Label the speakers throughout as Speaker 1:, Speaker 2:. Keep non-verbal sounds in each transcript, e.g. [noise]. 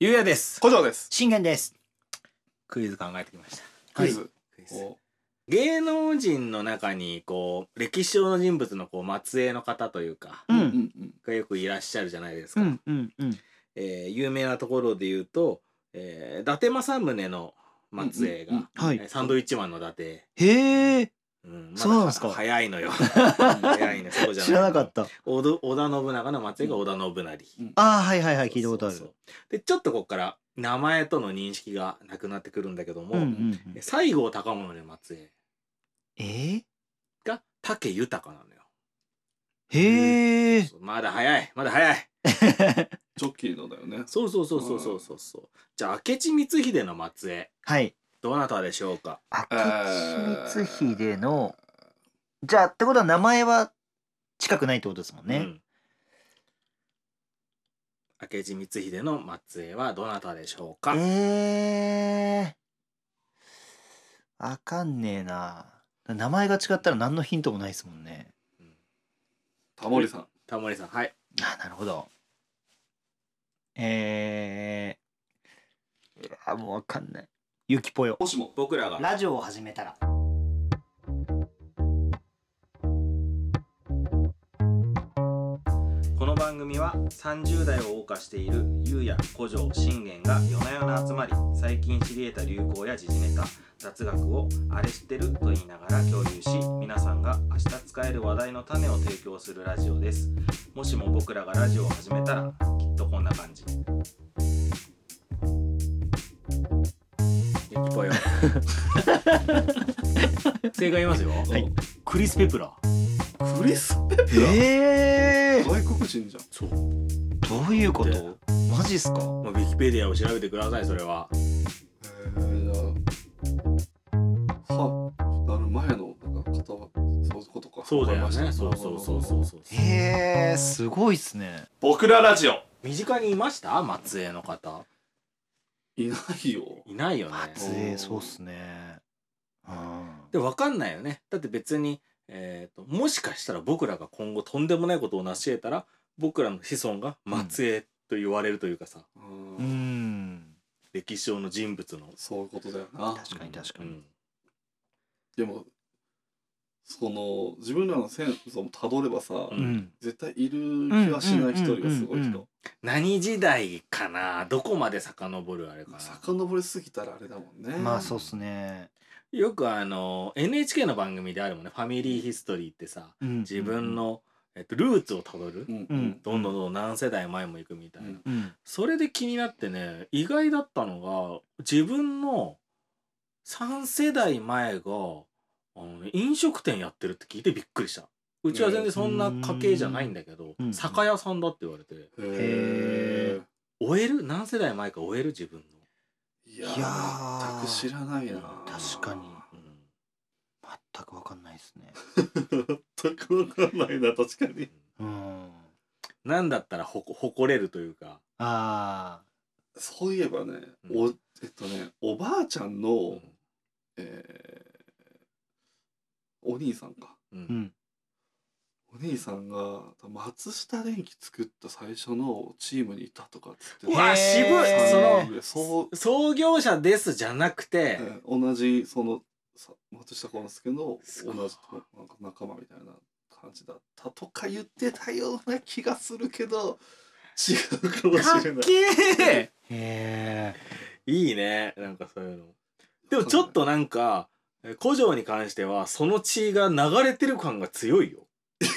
Speaker 1: ゆうやです。
Speaker 2: 古城です。
Speaker 3: 信玄です。
Speaker 1: クイズ考えてきました。
Speaker 2: クイズ。
Speaker 3: クイズ
Speaker 1: こう芸能人の中にこう歴史上の人物のこう末裔の方というか
Speaker 3: うん
Speaker 2: うん
Speaker 1: がよくいらっしゃるじゃないです
Speaker 3: う
Speaker 1: か。
Speaker 3: んうんうん。
Speaker 1: えー有名なところで言うと、えー、伊達政宗の末裔が、
Speaker 2: うんうん
Speaker 3: は
Speaker 1: えー
Speaker 3: い。
Speaker 1: サンドウィッチマンの伊達。
Speaker 3: へえ。
Speaker 1: うん
Speaker 3: そうなんですか
Speaker 1: 早いの
Speaker 3: [laughs]
Speaker 1: よ。早いね。そうじゃない。
Speaker 3: 知らなかっ。た。
Speaker 1: 織田織田信長の末裔が織田信成。
Speaker 3: ああはいはいはい聞いたことある。
Speaker 1: そうそうそうでちょっとここから名前との認識がなくなってくるんだけども、
Speaker 3: うんうんうん。
Speaker 1: 西郷隆盛の末裔
Speaker 3: えー、
Speaker 1: が武豊なのよ。
Speaker 3: へえ。
Speaker 1: そうまだ早いまだ早い
Speaker 2: ジョッキーのだよね。
Speaker 1: そうそうそうそうそうそうそうじゃあ明智光秀の末裔
Speaker 3: はい。
Speaker 1: どなたでしょうか
Speaker 3: 明智光秀の、じゃあってことは名前は近くないってことですもん
Speaker 1: う
Speaker 3: ね。
Speaker 1: ん明智光秀の末裔はどなたでしょうか、
Speaker 3: ええー。わかんねえな。名前が違ったら何のヒントもないですもんね。
Speaker 1: うん
Speaker 2: タモリさん。
Speaker 1: タモリさんはい
Speaker 3: あなるほど。えー。いやもうわかんない。ゆきぽよ。
Speaker 2: もしも。
Speaker 1: 僕らが
Speaker 3: ラジオを始めたら。
Speaker 1: この番組は30代を謳歌しているゆうや古城信玄が夜な夜な集まり最近知り得た流行や時事ネタ雑学をあれ知ってると言いながら共有し皆さんが明日使える話題の種を提供するラジオですもしも僕らがラジオを始めたらきっとこんな感じゆきぽよ [laughs] 正解言いますよ、
Speaker 2: はい
Speaker 1: クリス・ペプラ
Speaker 2: クリスペプラ。
Speaker 3: え
Speaker 2: 外国人じゃん。
Speaker 1: そう
Speaker 3: ー、どういうこ
Speaker 1: で
Speaker 3: とマジっすか
Speaker 1: もうウィキペディアを調べてくださいそれは
Speaker 2: えー、じゃあ。は、なる前の、なんか、方は、そういうことか。
Speaker 1: そうだよ
Speaker 2: わかりま
Speaker 1: ね。
Speaker 2: した
Speaker 1: そうそうそうそうそう。
Speaker 3: へえー、すごいっすね。
Speaker 2: 僕らラジオ。
Speaker 1: 身近にいました松江の方。
Speaker 2: いないよ。
Speaker 1: いないよね。
Speaker 3: 松江、そうっすね。うん。
Speaker 1: で、わかんないよね。だって別に、えっ、と、もしかしたら僕らが今後とんでもないことを成し得たら、僕らの子孫が松江と言われるというかさ、
Speaker 2: う
Speaker 3: うー
Speaker 2: ん。
Speaker 3: ん。
Speaker 1: 歴史上の人物の。
Speaker 2: そういうことだよな。
Speaker 3: 確かに確か
Speaker 1: う
Speaker 3: に。
Speaker 1: ん。
Speaker 2: でも。その、自分らのセンスをたどればさ。
Speaker 1: う
Speaker 3: うんん。
Speaker 2: 絶対いる気はしない一人がすごい
Speaker 3: うんうんうんうんう
Speaker 2: 人
Speaker 3: ん。
Speaker 1: 何時代かなどこまで遡るあれかな
Speaker 2: 遡りすぎたらあれだもんね。
Speaker 3: まあそうっすね。
Speaker 1: よくあの、NHK の番組であるもんね。ファミリーヒストリーってさ、
Speaker 3: うん
Speaker 1: 自分。の、えっと、ルーツをたどる
Speaker 2: う。ん。う
Speaker 3: うんん。
Speaker 1: どんどんどんどん何世代前も行くみたいな。
Speaker 2: うん
Speaker 3: うん。
Speaker 1: それで気になってね意外だったのが自分の3世代前があの飲食店やってるって聞いてびっくりしたうちは全然そんな家系じゃないんだけど、
Speaker 3: うん
Speaker 1: 酒屋さんだって言われて
Speaker 2: へ
Speaker 3: へ
Speaker 2: え。
Speaker 1: 終える何世代前か終える自分の、
Speaker 2: いや
Speaker 3: いやー
Speaker 2: ー全く知らないな
Speaker 3: 確かに。
Speaker 1: う
Speaker 3: 全くわかんないっすね。
Speaker 2: 全くわかんないな確かに
Speaker 1: ん、
Speaker 3: うん。
Speaker 1: なんだったらほこ誇れるというか、
Speaker 3: あ
Speaker 2: そういえばね、
Speaker 1: うん
Speaker 2: おえっとねおばあちゃんの、えーお兄さんか
Speaker 1: う
Speaker 3: ー。うんん。
Speaker 2: お兄さんが松下電器作った最初のチームにいたとかっつって
Speaker 1: う
Speaker 2: ね
Speaker 1: わ渋い
Speaker 3: へー
Speaker 1: その
Speaker 2: そう
Speaker 1: 創業者ですじゃなくて、
Speaker 2: えー同じそのさ松下幸之助の
Speaker 1: すごい
Speaker 2: 同じとなんか仲間みたいな感じだったとか言ってたような気がするけど違うかも
Speaker 1: かっ
Speaker 2: しれない。
Speaker 1: けえ
Speaker 3: へえ。
Speaker 1: [laughs] いいねなんかそういうのでもちょっとなんかえ古城に関してはその血が流れてる感が強いよ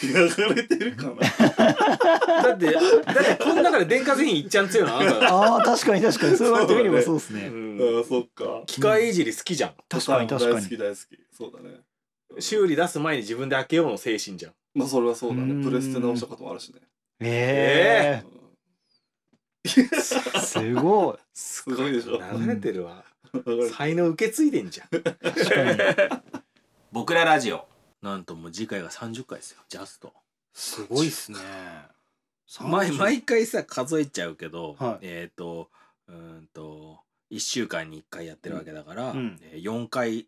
Speaker 2: 流れてる [laughs] かな。
Speaker 1: だってだってこの中で電化製品いっちゃん強いのあんただ
Speaker 3: ああ確かに確かにそう言われてみれば
Speaker 2: そ
Speaker 3: そううっす
Speaker 1: う
Speaker 3: ね。
Speaker 1: ん
Speaker 2: ああそっか。
Speaker 1: 機械いじり好きじゃん
Speaker 3: 確かに
Speaker 2: ボタン
Speaker 3: 確か
Speaker 2: 大好き
Speaker 3: に。
Speaker 2: 大好き。そうだね。
Speaker 1: 修理出す前に自分で開けようの精神じゃん
Speaker 2: まあそれはそうだ
Speaker 3: うーん
Speaker 2: ね。プレステ直したこともあるしね。
Speaker 3: ええ
Speaker 2: うん
Speaker 3: ー。すごい。
Speaker 1: す
Speaker 2: ごいでしょ
Speaker 1: 流れてるわ
Speaker 2: 流れて
Speaker 1: 才能受け継いでんじゃん
Speaker 3: 確かに。
Speaker 1: 僕らラジオなんともう次回が30回ですよジャスト
Speaker 3: [laughs] すごいっすね。
Speaker 1: 毎
Speaker 3: 30
Speaker 1: 毎回さ数えちゃうけど、
Speaker 3: はい
Speaker 1: えっ、とうーんと1週間に1回やってるわけだから、
Speaker 3: うん
Speaker 1: えー4回、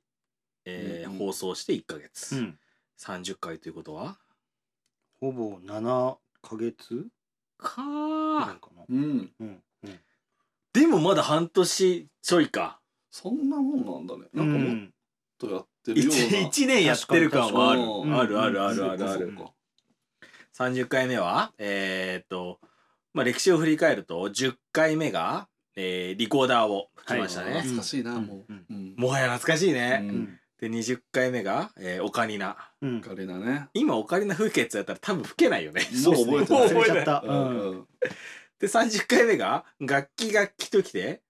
Speaker 1: えー
Speaker 2: うんうん
Speaker 1: 放送して1ヶ月、
Speaker 3: うん。
Speaker 1: 30回ということは
Speaker 3: ほぼ7ヶ月
Speaker 1: か
Speaker 3: ぐらいかな。
Speaker 2: [laughs] うん。
Speaker 3: うん。うん。
Speaker 1: でもまだ半年ちょいか
Speaker 2: そんなもんなんだね
Speaker 3: う
Speaker 2: なんかもっ
Speaker 3: ん
Speaker 2: とやってるような、
Speaker 1: 1, 一年やってる感はある
Speaker 2: 確か
Speaker 3: に
Speaker 1: あるあるあるあ
Speaker 2: そっ
Speaker 1: る
Speaker 2: か
Speaker 1: あ
Speaker 2: そっ
Speaker 1: る
Speaker 2: か
Speaker 1: 30回目はえーっと、まあ、歴史を振り返ると10回目が、えーリコーダーを吹きましたね、
Speaker 2: 懐かしいな、
Speaker 3: うん
Speaker 2: もう、
Speaker 3: うん
Speaker 2: うん
Speaker 1: もはや懐かしいね、
Speaker 2: う
Speaker 3: うんん
Speaker 1: で20回目が、えーオカリナ
Speaker 3: うん
Speaker 2: ガレナね
Speaker 1: 今オカリナ吹けってやったら多分吹けないよね
Speaker 2: もう覚えてない
Speaker 1: もう覚えてない
Speaker 3: 忘れちゃったうん
Speaker 2: うん
Speaker 1: で30回目が楽器楽器ときて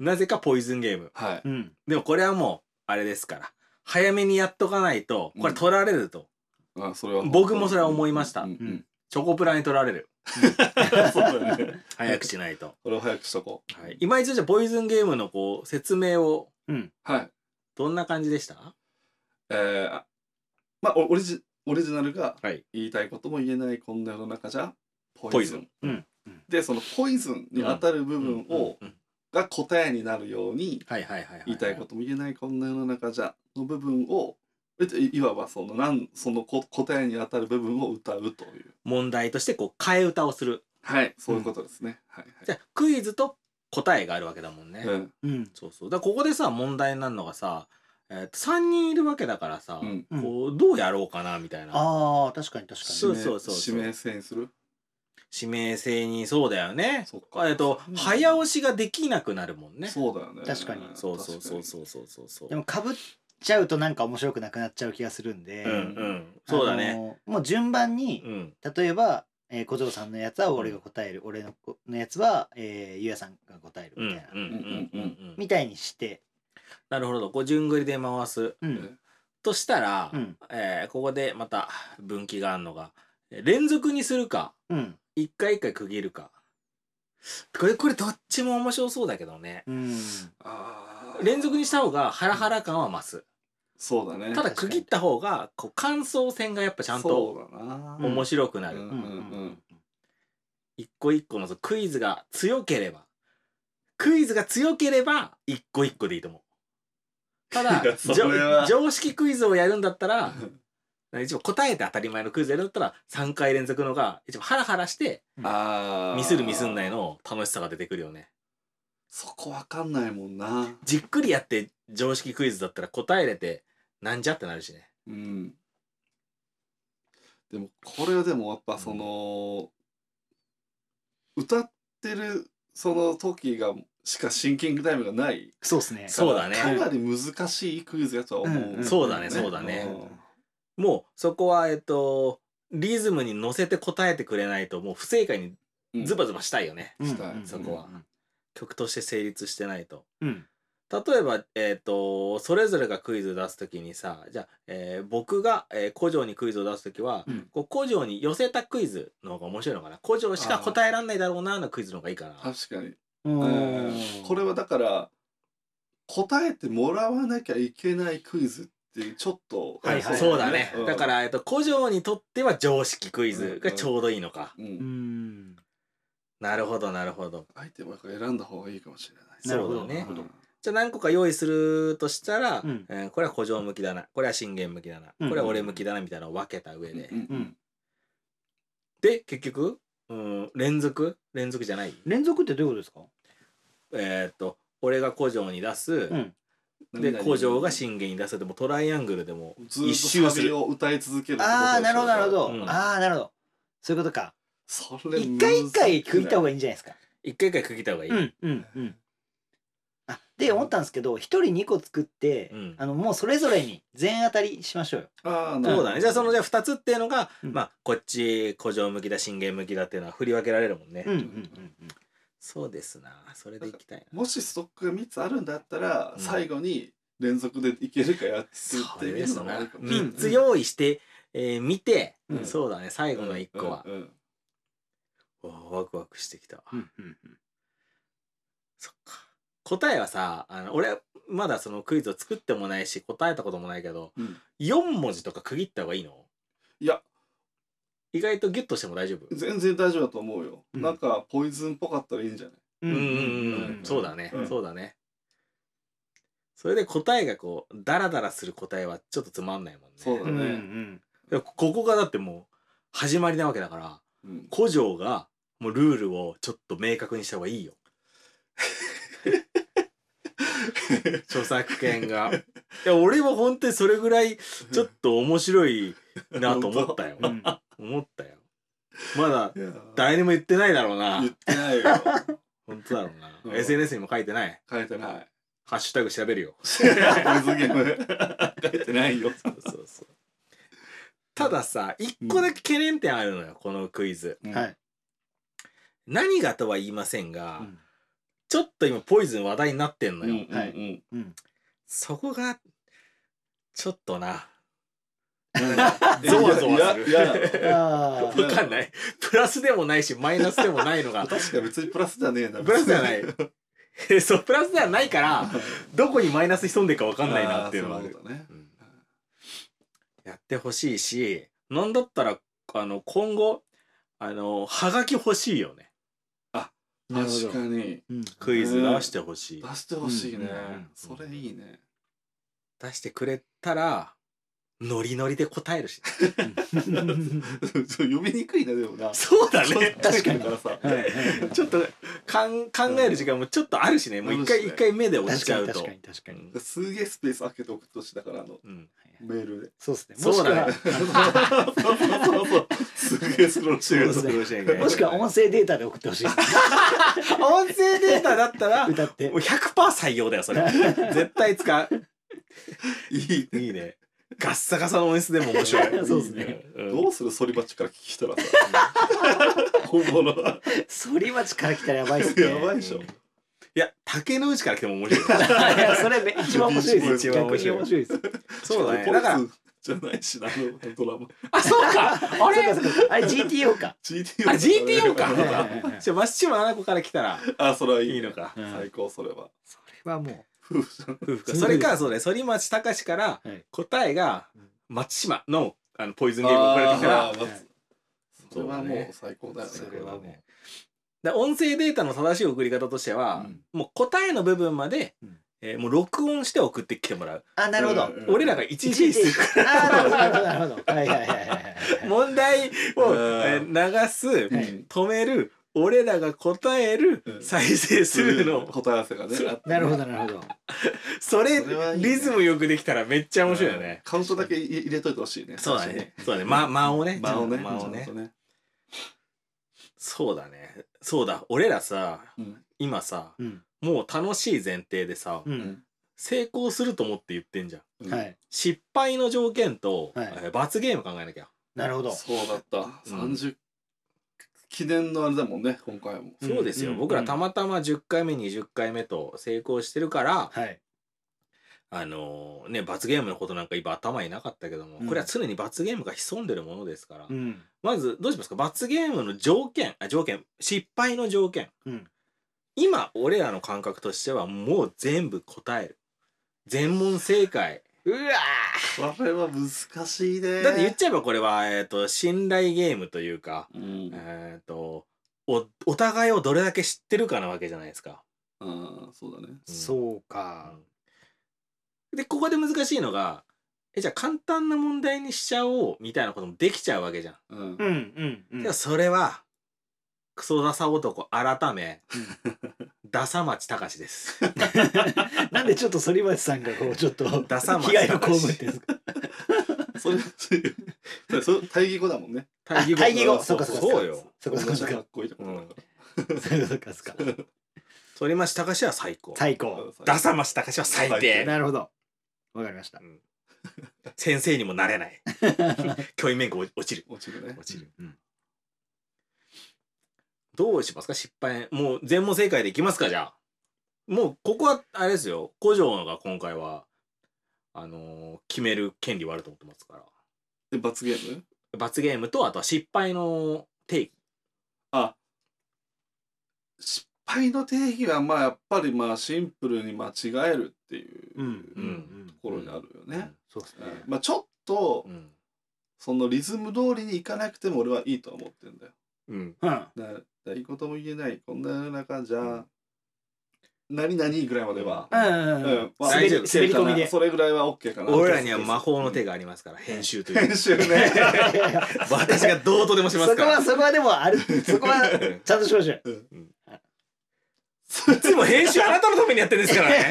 Speaker 1: なぜかポイズンゲーム
Speaker 2: はい
Speaker 3: うん
Speaker 1: でもこれはもうあれですから早めにやっとかないとこれ取られると、
Speaker 2: あそれは
Speaker 1: 僕もそれは思いました
Speaker 2: うんうん
Speaker 1: チョコプラに取られる
Speaker 2: [laughs] そうだね
Speaker 1: 早くしないと、
Speaker 2: これを早くしとこう
Speaker 1: はい、今一度じゃあポイズンゲームのこう説明を
Speaker 2: はい
Speaker 1: どんな感じでした
Speaker 2: えーあまあオリジオリジナルが
Speaker 1: はい
Speaker 2: 言いたいことも言えないこんな世の中じゃ
Speaker 1: ポイズン
Speaker 3: うん
Speaker 2: でそのポイズンに当たる部分を
Speaker 1: うんうん
Speaker 2: が答えになるように
Speaker 1: はいはいはいは
Speaker 2: 言いたいことも言えないこんな世の中じゃの部分をえっといいわばそのなんそのこ答えに当たる部分を歌うという
Speaker 1: 問題としてこう替え歌をする
Speaker 2: はいそういうことですね、はいはい
Speaker 1: じゃあクイズと答えがあるわけだもんね、
Speaker 2: うん
Speaker 3: うん
Speaker 1: そうそうだからここでさ問題になるのがさ、えー、と3人いるわけだからさ、
Speaker 2: うん
Speaker 3: うん
Speaker 1: こうどうやろうかなみたいな
Speaker 3: ああ確かに確か
Speaker 1: そ
Speaker 3: に
Speaker 1: うそうそうそう
Speaker 2: 指名制にする
Speaker 1: 指名制にそうだよね
Speaker 2: そっか
Speaker 1: えっと、
Speaker 2: うん
Speaker 1: 早押しができなくなるもんね
Speaker 2: そうだよね
Speaker 3: 確かに
Speaker 1: そうそうそう
Speaker 2: う
Speaker 1: そうそうそうそう
Speaker 3: でもかぶっちゃうとなんか面白くなくなっちゃう気がするんで、
Speaker 1: うんうんそうだね、
Speaker 3: あのもう順番に
Speaker 1: うん
Speaker 3: 例えば、えー、小僧さんのやつは俺が答える、俺の子のやつは、えー、ゆうやさんが答える
Speaker 1: うんう
Speaker 3: み
Speaker 1: ん
Speaker 3: たいな、
Speaker 1: うんうんうんうん
Speaker 3: みたいにして、
Speaker 1: なるほどこう順繰りで回す
Speaker 3: うん
Speaker 1: としたら、
Speaker 3: うん
Speaker 1: えーここでまた分岐があるのがえー連続にするか
Speaker 3: うん
Speaker 1: 一回一回区切るかこれこれどっちも面白そうだけどね
Speaker 3: うん、
Speaker 2: あー
Speaker 1: 連続にした方がハラハラ感は増す
Speaker 2: そうだね
Speaker 1: ただ
Speaker 3: 確か
Speaker 1: 区
Speaker 3: に
Speaker 1: 切った方がこう感想戦がやっぱちゃんと
Speaker 2: そうだな
Speaker 3: うん
Speaker 1: 面白くなる、
Speaker 2: うん
Speaker 1: 一個一個のそのクイズが強ければクイズが強ければ一個一個でいいと思うただ
Speaker 2: [laughs] いやそ
Speaker 1: じょ
Speaker 2: れは
Speaker 1: 常識クイズをやるんだったら一応答えて当たり前のクイズやるんだったら3回連続のが一応ハラハラして
Speaker 2: あー
Speaker 1: ミスるミスんないの楽しさが出てくるよね
Speaker 2: そこわかんないもんな
Speaker 1: じっくりやって常識クイズだったら答えれてなんじゃってなるしね
Speaker 2: うんでもこれはでもやっぱその、歌ってるその時がしかシンキングタイムがない
Speaker 3: そうですね
Speaker 1: そうだね
Speaker 2: かなり難しいクイズやとは思う、
Speaker 3: うんうん
Speaker 1: そうだねそうだね
Speaker 2: うん
Speaker 1: もうそこはえっとリズムに乗せて答えてくれないともう不正解にズバズバしたいよね、
Speaker 3: うん
Speaker 2: したい
Speaker 3: うん
Speaker 1: そこは
Speaker 3: うん
Speaker 1: 曲として成立してないと
Speaker 3: うん
Speaker 1: 例えば、えー、とそれぞれがクイズを出すときにさじゃあ、えー僕が、えー、古城にクイズを出すときは、
Speaker 3: うん
Speaker 1: こう古城に寄せたクイズの方が面白いのかな古城しか答えられないだろうなのクイズの方がいいかな
Speaker 2: 確かに、
Speaker 3: うん
Speaker 2: うんこれはだから答えてもらわなきゃいけないクイズってちょっと、
Speaker 3: はいはい
Speaker 1: そうだね、
Speaker 2: ん
Speaker 1: だから、えー、と古城にとっては常識クイズがちょうどいいのか、
Speaker 2: う、
Speaker 3: うんん
Speaker 1: なるほどなるほど
Speaker 2: アイテムは選んだ方がいいかもしれない
Speaker 3: なるほど
Speaker 1: そうだね
Speaker 2: うん
Speaker 1: じゃあ何個か用意するとしたら、
Speaker 3: うん
Speaker 1: えーこれは古城向きだなこれは信玄向きだな、
Speaker 3: うん
Speaker 1: これは俺向きだなみたいなのを分けた上で、
Speaker 2: うんうん
Speaker 1: で結局うん連続連続じゃない
Speaker 3: 連続ってどういうことですか
Speaker 1: えーっと俺が古城に出す、
Speaker 3: うん
Speaker 1: で
Speaker 2: 何々
Speaker 1: 古城が信玄に出すでもトライアングルでも
Speaker 2: ずー
Speaker 1: 一
Speaker 2: っと
Speaker 1: 周
Speaker 2: サ
Speaker 1: す
Speaker 2: ビ
Speaker 1: る
Speaker 2: を歌い続けるってことでしょ
Speaker 3: ああなるほどなるほど、
Speaker 1: うん
Speaker 3: ああなるほどそういうことか
Speaker 2: それ
Speaker 3: 一回一回区切った
Speaker 2: が
Speaker 3: 方がいいんじゃないですか
Speaker 1: 一回一回区切った方がいい、
Speaker 3: うんうんうんあで思ったんですけど一人二個作って、
Speaker 1: うん
Speaker 3: あのもうそれぞれに全当たりしましょうよ
Speaker 2: ああなる
Speaker 1: そ
Speaker 2: ほど
Speaker 1: うだねじゃあそのじゃあ2つっていうのが、
Speaker 3: うん
Speaker 1: まあこっち古城向きだ信玄向きだっていうのは振り分けられるもんね、
Speaker 3: うんうんうんうん
Speaker 1: そうですなそれでいきたいな
Speaker 2: もしストックが3つあるんだったら、
Speaker 1: うん
Speaker 2: 最後に連続でいけるかやって
Speaker 1: そ
Speaker 2: み
Speaker 1: れで
Speaker 2: る
Speaker 1: す
Speaker 2: のも
Speaker 1: な
Speaker 2: ありかもしれない
Speaker 1: 3つ用意して、えー見て、
Speaker 3: うん
Speaker 1: そうだね最後の1個は、
Speaker 2: うんうん
Speaker 1: わあワクワクしてきた、
Speaker 3: うんうん
Speaker 1: そっか答えはさあの俺まだそのクイズを作ってもないし答えたこともないけど
Speaker 2: うん
Speaker 1: 4文字とか区切った方がいいの
Speaker 2: いや
Speaker 1: 意外とギュッとしても大丈夫
Speaker 2: 全然大丈夫だと思うよ、
Speaker 3: うん
Speaker 2: なんかポイズンっぽかったらいいんじゃない
Speaker 3: うん
Speaker 1: うん
Speaker 3: う
Speaker 1: うん
Speaker 3: ん
Speaker 1: うん
Speaker 3: う
Speaker 1: うんんそうだね、
Speaker 2: うん
Speaker 1: そうだねそれで答えがこうダラダラする答えはちょっとつまんないもんね
Speaker 2: そうだ
Speaker 3: うんう
Speaker 2: ね
Speaker 3: ん
Speaker 1: でもここがだってもう始まりなわけだから
Speaker 2: うん
Speaker 1: 古城がもうルールをちょっと明確にした方がいいよ著作権がいや俺は本当にそれぐらい [laughs] ちょっと面白いなと思
Speaker 2: [laughs]
Speaker 1: ったよ、
Speaker 4: うん
Speaker 1: 思ったよまだ
Speaker 2: いや
Speaker 1: 誰にも言ってないだろうな
Speaker 2: 言ってないよ
Speaker 1: 本当だろう
Speaker 2: うん
Speaker 1: な SNS にも書いてない
Speaker 2: 書いてない
Speaker 1: ハッシュタグ調べるよ
Speaker 2: ポイズゲーム書いてないよ
Speaker 1: そうそうそうたださ一個だけ懸念点あるのよこのクイズ
Speaker 3: はい
Speaker 1: 何がとは言いませんが、
Speaker 2: うん
Speaker 1: ちょっと今ポイズン話題になってん
Speaker 2: う
Speaker 1: の
Speaker 2: んう
Speaker 1: よ、
Speaker 2: んうん
Speaker 3: うん
Speaker 1: そこがちょっとな
Speaker 2: ゾ
Speaker 1: ゾ
Speaker 2: ワ
Speaker 1: ワ
Speaker 2: ゾ
Speaker 1: ゾ
Speaker 2: ワ
Speaker 1: ワ
Speaker 2: す
Speaker 1: す
Speaker 2: る
Speaker 1: る
Speaker 3: あ
Speaker 1: わかんないプラスでもないしマイナスでもないのが
Speaker 2: 確かに別にプラスじゃねえな
Speaker 1: プラスじゃない
Speaker 2: [laughs]
Speaker 1: えそうプラスではないからどこにマイナス潜んでるか分かんないなっていうのが
Speaker 2: あ
Speaker 1: あ
Speaker 2: ー
Speaker 1: る
Speaker 2: そうだね
Speaker 1: うんやってほしいしなんだったらあの今後あのはがき欲しいよね
Speaker 3: なるほど
Speaker 2: 確かに
Speaker 3: うん
Speaker 1: [laughs] クイズ出してほしい、
Speaker 2: 出してほしいね、
Speaker 3: うん
Speaker 1: うんうん
Speaker 2: それいいね [laughs]
Speaker 1: 出してくれたらノリノリで答えるし
Speaker 3: [laughs]
Speaker 2: そう読みにくいなでもな
Speaker 1: そうだね
Speaker 2: 確かにからさ
Speaker 3: はいはいはい
Speaker 1: ちょっとかん考える時間もちょっとあるしね、もう一回
Speaker 2: そうですね
Speaker 1: 一回目で落ち
Speaker 3: 確
Speaker 1: ち
Speaker 3: か
Speaker 1: ゃう
Speaker 3: に
Speaker 1: と
Speaker 3: 確かに確かに
Speaker 2: すげえスペース開けておくとしだからあの
Speaker 1: うん
Speaker 2: メールで
Speaker 3: そうですねも
Speaker 1: [laughs] そ
Speaker 3: し
Speaker 1: う
Speaker 3: く
Speaker 1: だ
Speaker 3: は
Speaker 1: ね
Speaker 2: [laughs] そうそうそうすげえスローして
Speaker 1: そ
Speaker 2: る
Speaker 1: うそうそうそう
Speaker 3: [laughs] もしくは音声データで送ってほしいです
Speaker 1: 音声データだったらも
Speaker 3: 歌
Speaker 1: [laughs]
Speaker 3: って
Speaker 1: う100%採用だよそ
Speaker 3: [laughs]
Speaker 1: れ絶対使
Speaker 2: いいう
Speaker 1: いいねガッサガサの音質でも面白い
Speaker 3: [laughs] そうですね
Speaker 1: うん
Speaker 2: どうする反り鉢から聞きたらさ
Speaker 1: [laughs]
Speaker 2: 本物は
Speaker 3: 反町から来たらやばいっすね
Speaker 2: やばいでしょ
Speaker 1: うんいや竹の内から来ても面
Speaker 3: [laughs]
Speaker 1: 白い
Speaker 3: いやそれめ一番面白いです
Speaker 1: 一番面
Speaker 3: 逆に
Speaker 1: 白い
Speaker 3: 面白いです
Speaker 1: そうだ
Speaker 2: し
Speaker 1: ね
Speaker 2: かも
Speaker 1: だから
Speaker 2: ポイズンじゃないしなあのドラマ
Speaker 1: あそうかあれ
Speaker 3: そうかそうかあれ GTO か
Speaker 2: GTO
Speaker 1: あ GTO か
Speaker 2: だ
Speaker 3: はい
Speaker 2: ね
Speaker 3: はいはいはい
Speaker 1: じゃあマッシュマ7個から来たら
Speaker 2: [laughs] あそれはいい
Speaker 1: い
Speaker 2: ね
Speaker 1: いのか
Speaker 3: うん
Speaker 2: 最高それは
Speaker 3: それはも
Speaker 2: 夫婦じゃん
Speaker 1: 夫婦かそれかそうね反町隆史から
Speaker 3: はい
Speaker 1: 答えが
Speaker 3: うん
Speaker 1: 松島のあのポイズンゲームを送られてきたら
Speaker 2: [laughs] あーまあ
Speaker 3: はい
Speaker 2: そ
Speaker 1: そ
Speaker 2: れは
Speaker 1: うだ
Speaker 2: も
Speaker 1: ね
Speaker 2: う最高だよね
Speaker 1: それはもうだ音声データの正しい送り方としては、もう答えの部分まで、
Speaker 3: うん
Speaker 1: えーもう録音して送ってきてもらう、
Speaker 3: あなるほど
Speaker 2: うん
Speaker 1: 俺らが一時
Speaker 3: 一
Speaker 1: 一
Speaker 3: 時
Speaker 1: 時
Speaker 3: あーなるほどなるほどはいはいはいはいはい
Speaker 1: [laughs] 問題を、え
Speaker 2: うん
Speaker 1: ー流す、
Speaker 3: はい
Speaker 1: 止める俺らが答える、
Speaker 2: うん
Speaker 1: 再生するの、
Speaker 2: 答え合わせがね
Speaker 1: そう
Speaker 2: あって
Speaker 3: なるほどなるほど
Speaker 1: それ
Speaker 2: それはいいね
Speaker 1: リズムよくできたらめっちゃ面白いよね、
Speaker 2: カウントだけ入れといてほしいね
Speaker 1: そうだねそうだね間間をね
Speaker 2: 間をね
Speaker 1: 間をね
Speaker 2: ちゃんとね
Speaker 1: そうだねそうだ俺らさ
Speaker 2: うん
Speaker 1: 今さ
Speaker 3: うん
Speaker 1: もう楽しい前提でさ、
Speaker 3: うん
Speaker 1: 成功すると思って言ってんじゃん
Speaker 3: はい
Speaker 1: 失敗の条件と、
Speaker 3: はい
Speaker 1: えー罰ゲーム考えなきゃ、
Speaker 3: なるほど
Speaker 2: そうだった30記念のあれだもんね今回も
Speaker 3: うん
Speaker 1: そうですよ、
Speaker 3: うん
Speaker 1: 僕らたまたま10回目20回目と成功してるから、
Speaker 3: はい
Speaker 1: あのーね罰ゲームのことなんか今頭になかったけども、
Speaker 3: うん
Speaker 1: これは常に罰ゲームが潜んでるものですから、
Speaker 3: うん
Speaker 1: まずどうしますか罰ゲームの条件あ条件失敗の条件
Speaker 3: うん
Speaker 1: 今俺らの感覚としてはもう全部答える全問正解
Speaker 3: うわ
Speaker 2: これは難しいね
Speaker 1: だって言っちゃえばこれは、えー、と信頼ゲームというか、
Speaker 2: うん
Speaker 1: えー、とおお互いをどれだけ知ってるかなわけじゃないですか。
Speaker 2: ああそうだね
Speaker 1: うん
Speaker 3: そうか
Speaker 1: でここで難しいのがえじゃあ簡単な問題にしちゃおうみたいなこともできちゃうわけじゃん。
Speaker 2: うん
Speaker 3: うんうんうん
Speaker 1: でもそれはクソダサ男改め、ダサ町隆です。
Speaker 3: なんでちょっと反町さんがこうちょっと
Speaker 1: ダサ町
Speaker 3: 被害を被ってるんですか
Speaker 2: それそれそれ対義語だもんね
Speaker 1: 大
Speaker 3: あ対義語
Speaker 1: そう
Speaker 3: そうか
Speaker 1: そう
Speaker 3: そうか
Speaker 1: そうよ。
Speaker 3: そこそこそ
Speaker 2: か
Speaker 3: こ
Speaker 2: っこいいところだか
Speaker 3: そうかそうかそうから
Speaker 1: 反町隆は最高。
Speaker 3: 最
Speaker 2: ら
Speaker 3: 高
Speaker 1: ダサ町隆は最
Speaker 2: 最
Speaker 1: 低。
Speaker 3: なるほどわかりました
Speaker 1: 先生にもなれない。
Speaker 3: [laughs]
Speaker 1: 教員免許落ちる。
Speaker 2: 落ちるね
Speaker 1: 落ちる。どうしますか失敗もう全問正解でいきますかじゃあもうここはあれですよ古城が今回はあのー決める権利はあると思ってますから
Speaker 2: で罰ゲーム
Speaker 1: 罰ゲームとあとは失敗の定義
Speaker 2: あ失敗の定義はまあやっぱりまあシンプルに間違えるっていう
Speaker 3: う
Speaker 2: と
Speaker 3: ん
Speaker 1: うん
Speaker 3: うん
Speaker 2: ころにあるよね、
Speaker 3: そうですね
Speaker 2: まあちょっと
Speaker 1: うん
Speaker 2: そのリズム通りにいかなくても俺はいいとは思ってんだよ
Speaker 1: うん
Speaker 3: うん
Speaker 2: だだからいいことも言えないこんな世の中じゃ、何々ぐらいまでは、
Speaker 3: うんうんうん滑
Speaker 1: 大
Speaker 3: り
Speaker 1: 丈夫
Speaker 3: 滑り込みで
Speaker 2: それぐらいは OK かな
Speaker 1: 俺らには魔法の手がありますから編集という
Speaker 3: [laughs]
Speaker 2: 編集ね
Speaker 3: いやいや
Speaker 1: 私がどうとでもします
Speaker 3: そこ
Speaker 1: [laughs] から
Speaker 3: はそこはでもあるそこはちゃんとしましょう
Speaker 1: いつも編集あなたのためにやってるんですからね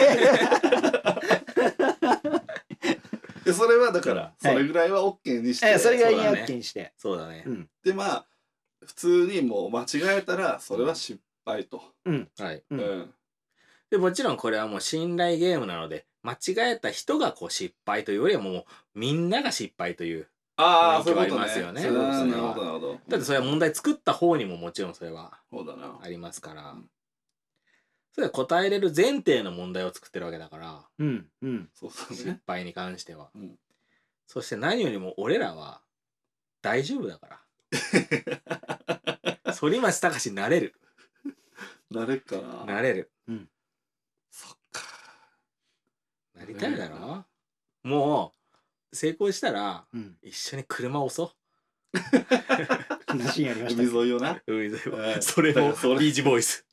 Speaker 3: [laughs]
Speaker 2: で [laughs] それはだか
Speaker 1: は
Speaker 2: ら
Speaker 1: い
Speaker 2: それぐらいは OK にして、
Speaker 3: えそれぐらい
Speaker 1: そう
Speaker 3: に
Speaker 1: だ
Speaker 3: オ
Speaker 1: ね
Speaker 3: ッケーにして
Speaker 1: そうだね
Speaker 3: うん
Speaker 2: でまあ普通にもう間違えたらそれは失敗と、
Speaker 1: はい
Speaker 3: うん
Speaker 2: うん
Speaker 1: でもちろんこれはもう信頼ゲームなので間違えた人がこう失敗というよりはもうみんなが失敗という
Speaker 2: ああ
Speaker 1: 雰
Speaker 2: そ
Speaker 1: 囲気は
Speaker 2: う
Speaker 1: あり
Speaker 2: いうこ
Speaker 1: ま
Speaker 2: と
Speaker 1: すよ
Speaker 2: ね
Speaker 1: ね
Speaker 2: そういうこと
Speaker 1: そう
Speaker 2: ね
Speaker 1: そう
Speaker 2: なるほどなるほど
Speaker 1: だってそれは問題作った方にももちろんそれは
Speaker 2: そうだな
Speaker 1: ありますからそれは答えれる前提の問題を作ってるわけだから
Speaker 3: うんうん
Speaker 2: そうそう
Speaker 1: 失
Speaker 2: ね
Speaker 1: 敗に関しては、
Speaker 2: うん
Speaker 1: そして何よりも俺らは大丈夫だ
Speaker 2: [laughs]
Speaker 1: から反町隆史なれる
Speaker 2: 慣れっかな
Speaker 1: なれる
Speaker 2: そっか
Speaker 1: なりたいだろ、
Speaker 2: なれる
Speaker 1: もう成功したら
Speaker 3: うん
Speaker 1: 一緒に車を押そ
Speaker 3: そんなシーンありました
Speaker 2: 海
Speaker 3: ね
Speaker 2: 沿いをな
Speaker 1: う海沿いを
Speaker 2: ええ
Speaker 1: それ
Speaker 2: だか
Speaker 1: も
Speaker 2: らそれ
Speaker 1: ビーチボーイズ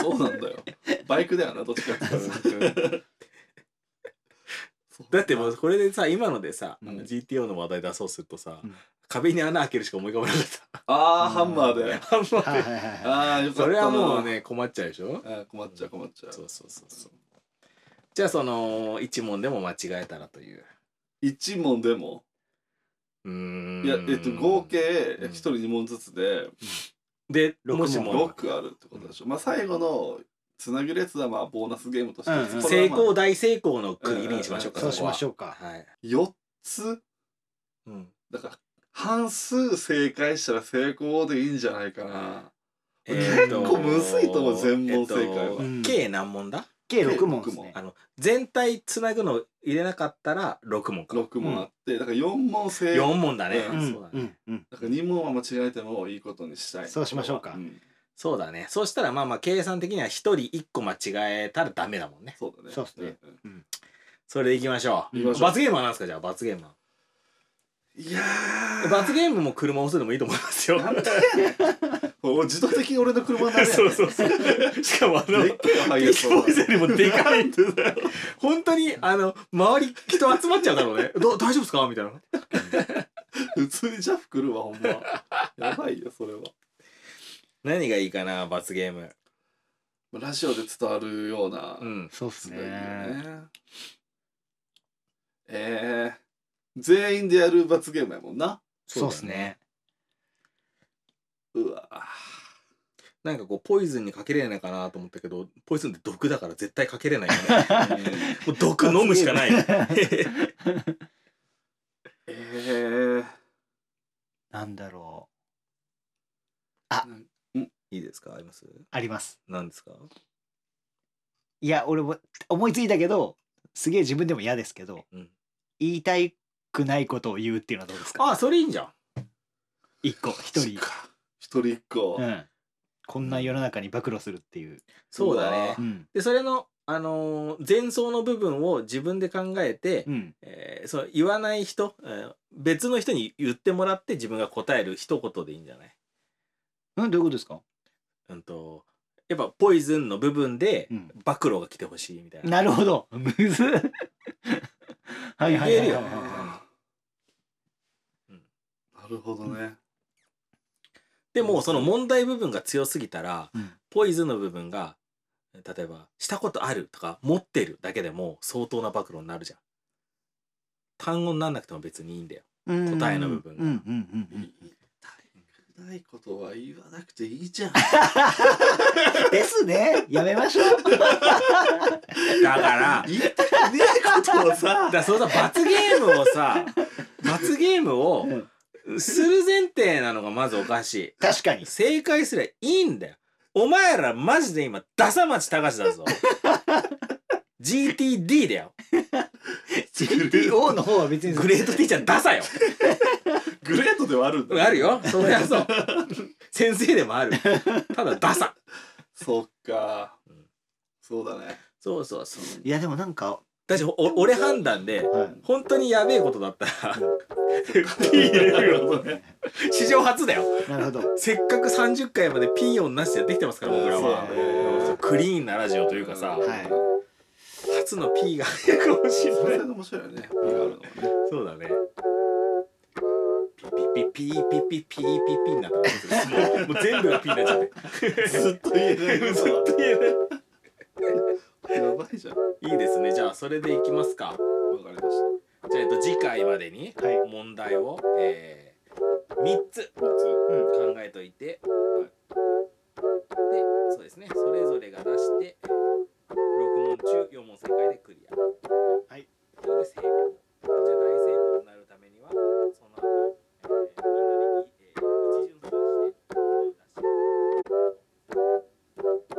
Speaker 2: そうなんだよバイクだよなどっちか
Speaker 1: [laughs]
Speaker 2: って [laughs] いうと
Speaker 1: だってもうこれでさ今のでさ、
Speaker 2: うん
Speaker 1: GTO の話題出そうするとさ、
Speaker 3: うん
Speaker 1: 壁に穴開けるしか思い浮かばなかっ
Speaker 2: ああハンマーで
Speaker 1: [laughs] たハンマー
Speaker 3: はい
Speaker 1: で
Speaker 3: はいはいはい
Speaker 2: ああよかったな
Speaker 1: それはもうね困っちゃうでしょ
Speaker 2: あー困っちゃう困っちゃう
Speaker 1: そうそうそうそうじゃあその一問でも間違えたらという
Speaker 2: 一問でも
Speaker 1: うーん
Speaker 2: いやえっと合計
Speaker 1: うん
Speaker 2: 一人二問ずつで
Speaker 1: で
Speaker 3: 六
Speaker 1: もし
Speaker 3: 問
Speaker 1: も
Speaker 2: 六あるってことでしょまあ最後のつなぐやつはまあボーナスゲームとして
Speaker 3: うんうん
Speaker 2: こ
Speaker 1: 成
Speaker 2: れはま
Speaker 1: 功
Speaker 2: あ
Speaker 1: 大成功の区切りにしましょうか、
Speaker 3: そうし
Speaker 1: こは
Speaker 3: ましょうか
Speaker 1: はい、
Speaker 2: 四つ
Speaker 1: うん、
Speaker 2: だから半数正解したら成功でいいんじゃないかな
Speaker 1: えーと
Speaker 2: 結構むずいと思う全問正解は
Speaker 1: えーと
Speaker 3: うん
Speaker 1: 計何問だ
Speaker 3: 計六問ですね
Speaker 1: あの全体つなぐの入れなかったら6問か
Speaker 2: 六問あってだから四問正解
Speaker 1: 4問だね、
Speaker 2: う
Speaker 3: う
Speaker 1: そうだ
Speaker 3: ん
Speaker 1: ね、
Speaker 3: うんうん
Speaker 2: だから二問は間違えてもいいことにしたい
Speaker 3: そうしましょうか
Speaker 2: ん
Speaker 1: そうだねそうしたらまあまあ計算的には1人1個間違えたらダメだもんね
Speaker 2: そうだね
Speaker 3: そうっすね
Speaker 2: んん
Speaker 1: それでいきましょう
Speaker 2: 行きましょう
Speaker 1: 罰ゲームは何ですかじゃあ罰ゲームはい
Speaker 2: やー
Speaker 1: 罰ゲームも車を押すでもいいと思いますよ
Speaker 2: なんだよもう [laughs] 自動的に俺の車になるや
Speaker 1: [laughs]
Speaker 2: ん
Speaker 1: そう [laughs] そうそう。しかもあの、
Speaker 2: でっけえハイ
Speaker 1: ビ
Speaker 2: エー
Speaker 1: ーチ
Speaker 2: ス
Speaker 1: ボーイズよりもでか
Speaker 2: ないん。でだよ
Speaker 1: 本当に、あの、周り人集まっちゃうだろうね。ど大丈夫ですかみたいな。
Speaker 2: [laughs] 普通にジャフ来るわほんまやばいよそれは
Speaker 1: 何がいいかな、罰ゲーム。
Speaker 2: ラジオで伝わるような
Speaker 1: うん。
Speaker 3: そうっす
Speaker 2: いよ
Speaker 3: ね
Speaker 2: えー、全員でやる罰ゲームやもんな
Speaker 3: そうっすね
Speaker 2: うわ
Speaker 1: なんかこう、ポイズンにかけれないかなと思ったけど、ポイズンって毒だから絶対かけれないよ [laughs] ね。
Speaker 2: ー
Speaker 1: もう毒飲むしかない。
Speaker 2: えー、
Speaker 3: [laughs] なんだろう
Speaker 1: [laughs] いいですかあります
Speaker 3: あります
Speaker 1: 何ですか
Speaker 3: いや俺も思いついたけどすげえ自分でも嫌ですけど
Speaker 1: うん。
Speaker 3: 言いたくないことを言うっていうのはどうですか
Speaker 1: あ、それいいんじゃん。
Speaker 3: 一個一
Speaker 2: そっ
Speaker 3: 人
Speaker 2: か一人一個、
Speaker 3: うんこんな世の中に暴露するっていう
Speaker 1: そうだ
Speaker 2: う
Speaker 1: ね
Speaker 2: わ
Speaker 3: う。ん
Speaker 1: で、それの、あのー前奏の部分を自分で考えて、
Speaker 3: うん
Speaker 1: えー、そう言わない人、えー別の人に言ってもらって自分が答える一言でいいんじゃない、
Speaker 3: うんどういうことですか
Speaker 1: うん、とやっぱポイズンの部分で
Speaker 3: うん
Speaker 1: 暴露が来てほしいみたいな。
Speaker 3: なるほどむずっはいはい
Speaker 1: 言え
Speaker 3: は
Speaker 1: る
Speaker 3: い
Speaker 1: よ
Speaker 3: はい
Speaker 2: あ
Speaker 3: は
Speaker 2: ー
Speaker 1: うん
Speaker 2: なるほどね、
Speaker 1: でもその問題部分が強すぎたら
Speaker 3: いうん
Speaker 1: ポイズンの部分が例えば「したことある」とか「持ってる」だけでも相当な暴露になるじゃん。単語になんなくても別にいいんだよ。答えの部分が
Speaker 3: うんうんうんうん
Speaker 2: ないことは言わなくていいじゃん
Speaker 3: ですねやめましょ
Speaker 1: [laughs]
Speaker 3: う
Speaker 1: だから
Speaker 2: 言いたくねえことをさ
Speaker 1: だからそのさ罰ゲームをさ罰ゲームをする前提なのがまずおかしい。
Speaker 3: 確
Speaker 1: [laughs]
Speaker 3: かに
Speaker 1: 正解すりゃいいんだよお前らマジで今ダサ町高志だぞ GTD だよ
Speaker 3: GTO の方は別に
Speaker 1: グレートティーチャーダサよ
Speaker 2: グレートではあるんだ
Speaker 1: あるよそりゃそう先生でもあるただダサ
Speaker 2: そっか、
Speaker 1: うん
Speaker 2: そうだね
Speaker 1: そうそうそう
Speaker 3: いやでもなんか、
Speaker 1: だしお俺判断で
Speaker 3: はい
Speaker 1: 本当にやべえことだったら P 入れるよ史上初だよ
Speaker 3: なるほど
Speaker 1: せっかく30回まで P 音なしでやってきてますから僕らは
Speaker 2: そうだね
Speaker 1: クリーンなラジオというかさ
Speaker 3: はい
Speaker 1: 初の P が早く欲しい
Speaker 2: そ
Speaker 1: ね
Speaker 2: れが面白いよね。意味があるのはね
Speaker 1: そうだね。ピピピピッピーピッピーピーピーピーになったらどうするもう全部がピーになっちゃって
Speaker 2: [laughs] [laughs] ずっと言えない
Speaker 1: ずっと言えない
Speaker 2: やばいじゃんわ
Speaker 1: いいですねじゃあそれでいきますか
Speaker 2: かりまし
Speaker 1: じゃあ、えっと、次回までに
Speaker 5: はい
Speaker 1: 問題を、えー、3つ考えといて、でそうですねそれぞれが出して6問中4問正解でクリア
Speaker 5: はい
Speaker 1: それで成功じゃあ大成功になるためにはその後、えー、みんなで、えー、一巡するして出して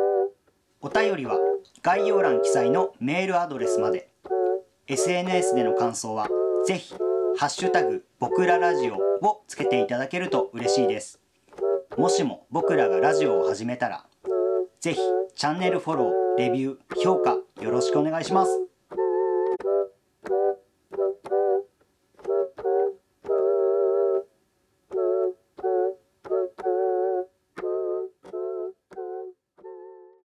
Speaker 3: お便りは概要欄記載のメールアドレスまで SNS での感想はぜひハッシュタグ僕らラジオをつけていただけると嬉しいですもしも僕らがラジオを始めたらぜひチャンネルフォローレビュー評価よろしくお願いします